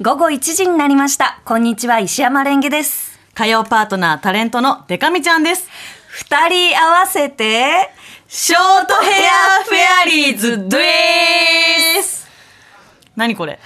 午後1時になりました。こんにちは、石山レンゲです。火曜パートナータレントのデカミちゃんです。二人合わせて、ショートヘアフェアリーズです。何これ？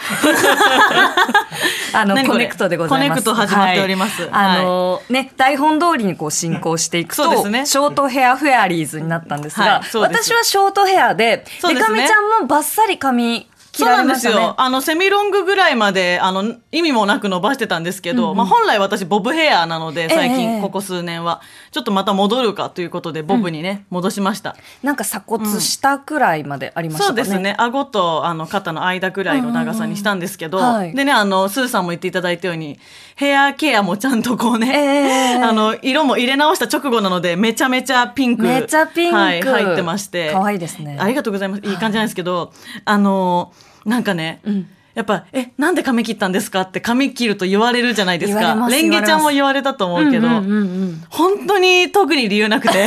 あの、何コこれネクトでございます。コネクト始まっておりますはいあの、ね、台本通りにこう進行していくと、そうですねショートヘアフェアリーズになったんですが、はいそうです私はショートヘアで、そうでですかねみちゃんもバッサリ髪切そうらなれんでましすたねよ。。あのセミロングぐらいまであの意味もなく伸ばしてたんですけど、まあ本来私ボブヘアなので最ええ近ここ数年は、ちょっとまた戻るかということでボブにね、戻しました。なんか鎖骨下くらいまでありましたそかうね。ですね顎とあの肩の間ぐらいの長さにしたんですけど、うんうんうんはいでねあのスーさんも言っていただいたようにヘアケアもちゃんとこうね、ええ あの色も入れ直した直後なのでめちゃめちゃピンクめちゃピンクはい、入ってまして可愛いですねありがとうございますいい感じなんですけど、あのなんかね、やっぱ「えなんで髪切ったんですか?」って髪切ると言われるじゃないです言われまかすレンゲちゃんも言われたと思うけど、うんうんうんうん本当に特に理由なくて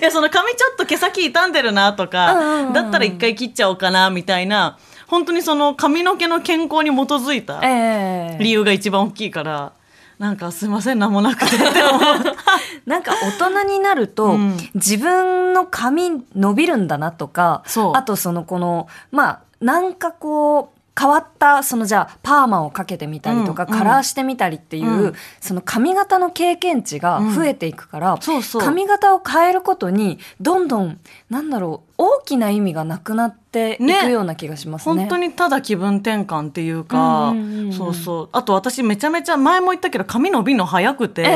いやその髪ちょっと毛先傷んでるなとうんうんうんうかんだったら一回切っちゃおうかなみたいな本当にその髪の毛の健康に基づいたええ理由が一番大きいからなんかすいません何もなくてって 思うなんか大人になると、ん自分の髪伸びるんだなとかそうあとそのこのまあなんかこう変わったそのじゃあパーマをかけてみたりとか、うんカラーしてみたりっていう、うんその髪型の経験値が増えていくから、そうそう髪型を変えることにどんどんなんだろう大きな意味がなくなっていくねような気がしますね。本当にただ気分転換っていうか、うんうんうんうんそうそうあと私めちゃめちゃ前も言ったけど髪伸びるの早くて、え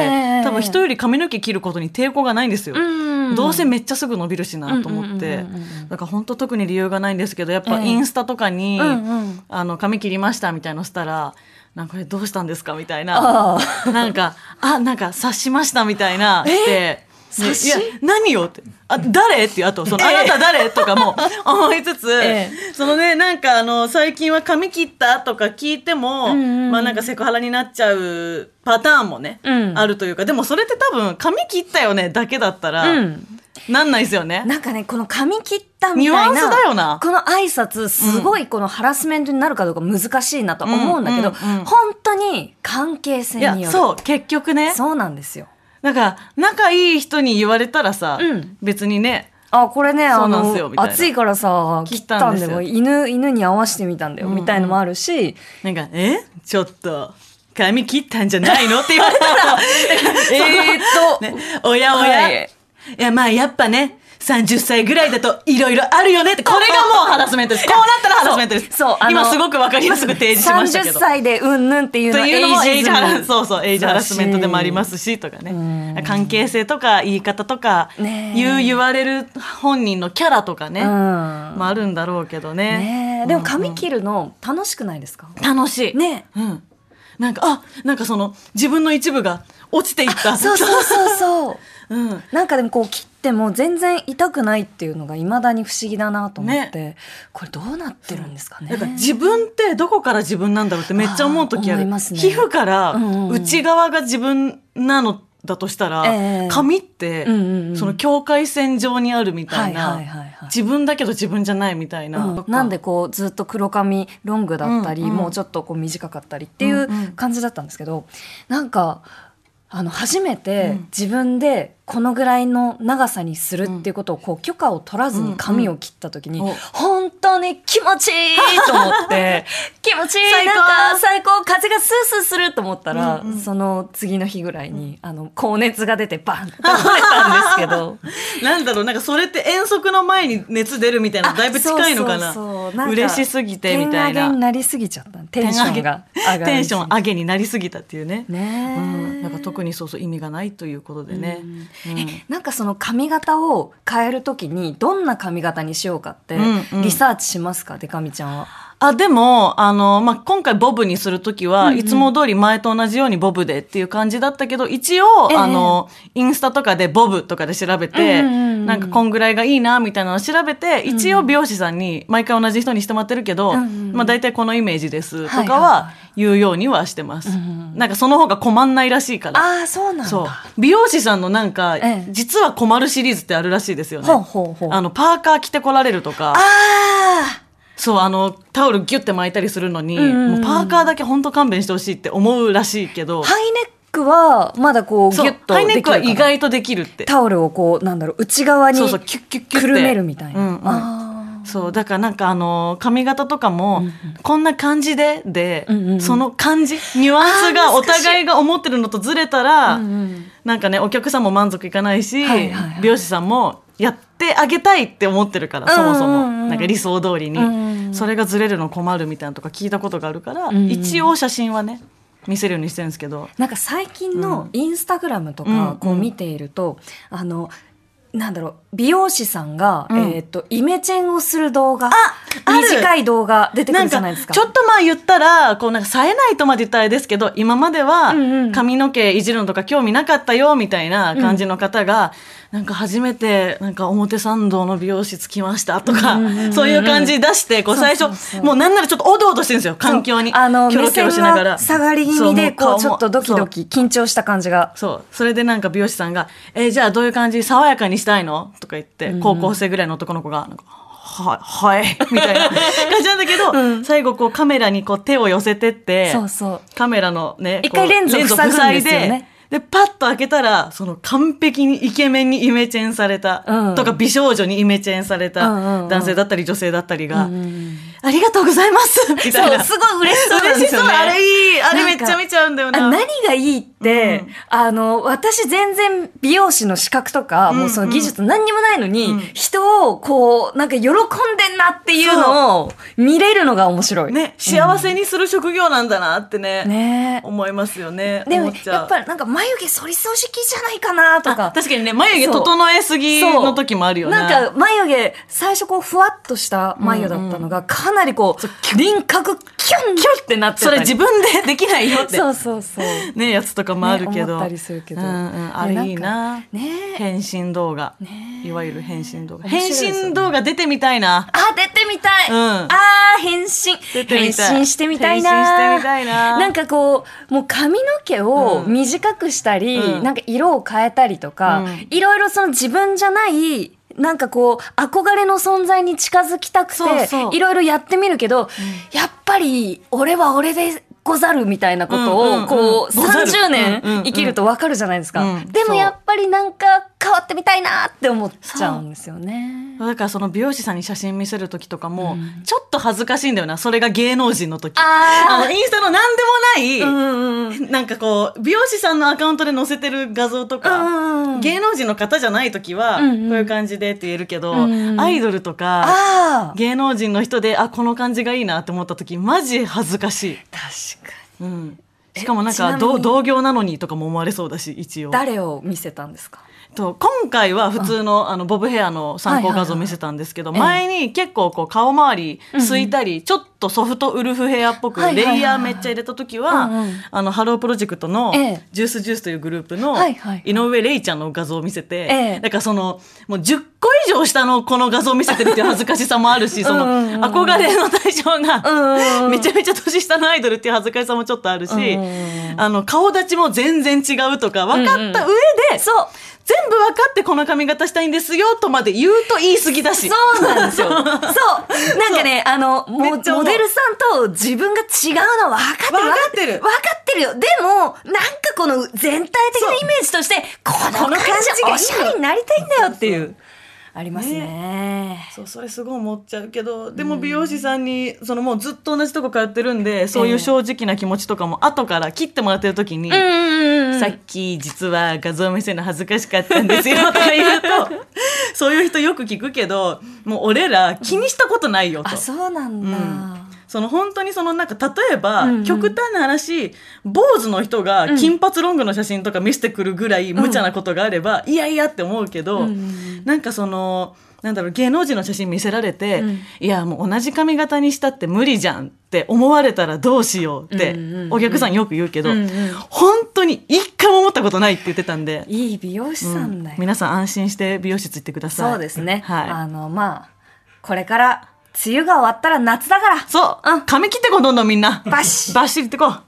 え多分人より髪の毛切ることに抵抗がないんですよ、うんどうせめっちゃすぐ伸びるしなと思うんうんって、うんうんうんだから本当特に理由がないんですけどやっぱええインスタとかに、うんうんあの髪切りましたみたいのしたら「なんかこれどうしたんですか?」みたいなああ なんか「あなんか察しました」みたいなって。で察しいや何よってあ誰っていうあとその、あなた誰と かも思いつつ、えそのねなんかあの最近は髪切ったとか聞いても、うんうんうんまあなんかセクハラになっちゃうパターンもね、うんあるというかでもそれって多分髪切ったよねだけだったら、うんなんないですよね。なんかね、この髪切ったみたいな。ニュアンスだよなこの挨拶、すごいこのハラスメントになるかどうか難しいなと思うんだけど、うんうんうん本当に関係性いによる。やそう結局ねそうなんですよ。なんか仲いい人に言われたらさ、うん別にねあ、これね、そあうなんすよの、みたいな暑いからさ、切切っったたんんでですよも、犬、犬に合わせてみたんだよ、うんうんみたいのもあるし、なんか「えちょっと髪切ったんじゃないの?」って言われたら「 えーっとね、おやおや、はいい、やまあやっぱね30歳ぐらいだといろいろあるよね」ってこれがもうハラスメント ですこうなったらハラスメントですそうそうあの今すごくわかりやすく提示しましたけ30ど。歳でうんぬんっていうとのはいうのもエイジハズラムそうそうエイジハラスメントでもありますしとかうね関係性とか言い方とかねえ言う言われる本人のキャラとかね、うん。まああるんだろうけどね。ねえでも髪切るの楽しくないですか、楽しい。。ねえうん。なんか、あ、なんかその、自分の一部が落ちていった。そうそうそうそう。うん。なんかでもこう切っても全然痛くないっていうのがいまだに不思議だなと思って、これどうなってるんですかねなんか自分ってどこから自分なんだろうってめっちゃ思う時ああー思いる。ますね皮膚からうんうんうん内側が自分なのだとしたら、ええ髪って、うんうんうんその境界線上にあるみたいな、はいはいはいはい自分だけど自分じゃないみたいな。うんなんでこうずっと黒髪ロングだったり、うんうんもうちょっとこう短かったりっていうんうんう感じだったんですけど、なんかあの初めうてん自分でこのぐらいの長さにするっていうことをこう許可を取らずに髪を切った時にうんうんお本当に気持ちいいと思って 気持ちいい最高なんか最高風がスースーすると思ったら、うんうんその次の日ぐらいにあの高熱が出てバンって倒れたんですけど。なんだろうなんかそれって遠足の前に熱出るみたいなのだいぶ近いのかなあそうそうそうなんか嬉しすぎてみた点上いげにななりすぎちゃったテンションが上がりすぎ テンション上げになりすぎたっていうねねえ、うん、なんか特にそうそう意味がないということでね。うんなんかその髪型を変えるときにどんな髪型にしようかってうんうんリサーチしますか、でかみちゃんは。あでもあの、まあ、今回ボブにする時は、うんうんいつも通り前と同じようにボブでっていう感じだったけど一応、ええあのインスタとかでボブとかで調べて、うんうんうんなんかこんぐらいがいいなみたいなのを調べて一応美容師さんに毎回同じ人にしてもらってるけど、うんうんまあ、大体このイメージですとはいはかいはは言うようにはしてます。うんうんなんかその方が困んないらしいから。ああそうなんそうだ。美容師さんのなんか、ええ実は困るシリーズってあるらしいですよね。ほうほうほう。あのパーカー着てこられるとかあそうあのタオルギュッて巻いたりするのに、うんうんもうんうパーカーだけ本当勘弁してほしいって思うらしいけどハイネックはまだこうギそュうッとハイネでッきるクかはな意外とできるってタオルをこうなんだろう内側にそうそうキュッキュッキュッてくるめるみたいな、うんうんあーそうだからなんかあの髪型とかも、うんうんこんな感じでで、うんうんうんその感じニュアンスあがーお難しい互いが思ってるのとずれたら、うんうんなんかねお客さんも満足いかないし、はいはいはい美容師さんもやってあげたいって思ってるから、そもそも、うんうんうんなんか理想通りに、うんうんそれがずれるの困るみたいなのとか聞いたことがあるから、んうん一応写真はね見せるようにしてるんですけどなんか最近のインスタグラムとうんうんかこう見ていると、あのなんだろう美容師さんが、うんえー、とイメチェンをする動画ある短い動画出てくなるんじゃかないですか。ちょっとまあ言ったらこうなんか冴えないとまで言ったらあれですけど今まではうんうん髪の毛いじるのとか興味なかったよみたいな感じの方が、なんか初めてなんか表参道の美容室来ましたとか、うんうんうんうんそういう感じ出してこうそう最初そうそうもうなんならちょっとおどおどしてるんですよ環境にそうあのキョロ目キョ線ロしながらが下がり気味でそうもこ顔もうちょっとドキドキ緊張した感じがそう。それでなんか美容師さんが、えーじゃあどういう感じ爽やかにしたいのとか言って、高校生ぐらいの男の子が、なんか、は、はい、みた いな感じなんだけど、最後こうカメラにこう手を寄せてって、そうそうカメラのね、一回こうレンズを塞ぐんですよねレンズを塞いで、で、パッと開けたら、その完璧にイケメンにイメチェンされた、うんとか美少女にイメチェンされた、うんうんうん男性だったり女性だったりが、うんうんありがとうございますみたいそうな。すごい嬉しそうなん嬉でしすそう、よねあれいい、あれめっちゃ見ちゃうんだよな。あ何がいいって、うんあの、私全然美容師の資格とか、うんもうその技術何にもないのに、うん人をこう、なんか喜んでんなっていうのを見れるのが面白い。ね、幸せにする職業なんだなってね、ね思いますよね。で思もっ、ちゃうやっぱりなんか眉毛剃りすぎじゃないかなとあか。確かにね、眉毛整えすぎの時もあるよね。なんか眉毛、最初こうふわっとした眉毛だったのが、かなりこう、輪郭キュンキュンってなってそたりれ自分でできないよって。そうそうそう。ね、やつとかもあるけね思ど。ったりするけどうんうん、あれいいな。ね変身動画、ねいわゆる変身動画。面白い変ですよね身動画出てみたいな。あ、出てみたい、うんあー、変身出て変みたい身してみたいな変身してみたいななんかこう、もう髪の毛をうん短くしたり、うんなんか色を変えたりとか、うんいろいろその自分じゃない、なんかこう、憧れの存在に近づきたくて、そうそういろいろやってみるけど、やっぱり、俺は俺で、ござるみたいなことうんうんうを、んこう、ござる30年うんうんうん生きるとわかるじゃないですか。うんでもそうやっぱりなんか変わってみたいなって思っちゃうんですよね。だからその美容師さんに写真見せる時とかも、ちょっと恥ずかしいんだよな。それが芸能人の時。あーあの、インスタの何でもない、うんうん なんかこう美容師さんのアカウントで載せてる画像とか、うん。芸能人の方じゃない時は、うんうんこういう感じでって言えるけど、うんうんアイドルとかああ芸能人の人であこの感じがいいなって思った時マジ恥ずかしい、確かに。うん、しかもなんちなかみに同同業なのにとかも思われそうだし一応誰を見せたんですかと今回は普通のあのボブヘアの参考画像を見せたんですけど、はいはいはい前に結構こう顔周りすいたり、ちょっとソフトウルフヘアっぽくはいはいはいはいレイヤーめっちゃ入れた時は、うんうんあのハロープロジェクトのええジュースジュースというグループのはいはい井上レイちゃんの画像を見せて、ええだからそのもう10個以上下のこの画像を見せてるっていう恥ずかしさもあるしそのうんうんうん憧れの対象が、うんめちゃめちゃ年下のアイドルっていう恥ずかしさもちょっとあるし、うんうんうんあの顔立ちも全然違うとか分かった上で、そう全部分かってこの髪型したいんですよとまで言うと言い過ぎだし。そうなん ですよ。そうなんかね、あの、もめモっちゃ思うデルさんと自分が違うのは分かってる。分かってる分かってるよ。でも、なんかこの全体的なイメージとして、このこの感感じじがいいのおしゃれになりたいんだよっていそうう。ありますね。そうそれすごい思っちゃうけどでも美容師さんにそのもうずっと同じとこ通ってるんでそういう正直な気持ちとかも後から切ってもらってる時に、うんさっき実は画像見せるの恥ずかしかったんですよとか言う とそういう人よく聞くけどもう俺ら気にしたことないよとあ、。そうなんだ。うんその本当にそのなんか例えば、うんうん極端な話坊主の人が金髪ロングの写真とか見せてくるぐらい無茶なことがあれば、いやいやって思うけうど、んうんなんかそのなんだろう芸能人の写真見せられて、うんいやもう同じ髪型にしたって無理じゃんって思われたらどうしようって、うんうんうんお客さんよく言うけど、うんうん本当に一回も思ったことないって言ってたんで、いい美容師さんだよ皆さん安心して美容室行ってください。そうですね。はいあの、まあ、これから、梅雨が終わったら夏だから、そう、うん髪切ってこうどんどんみんなバシッバシッってこう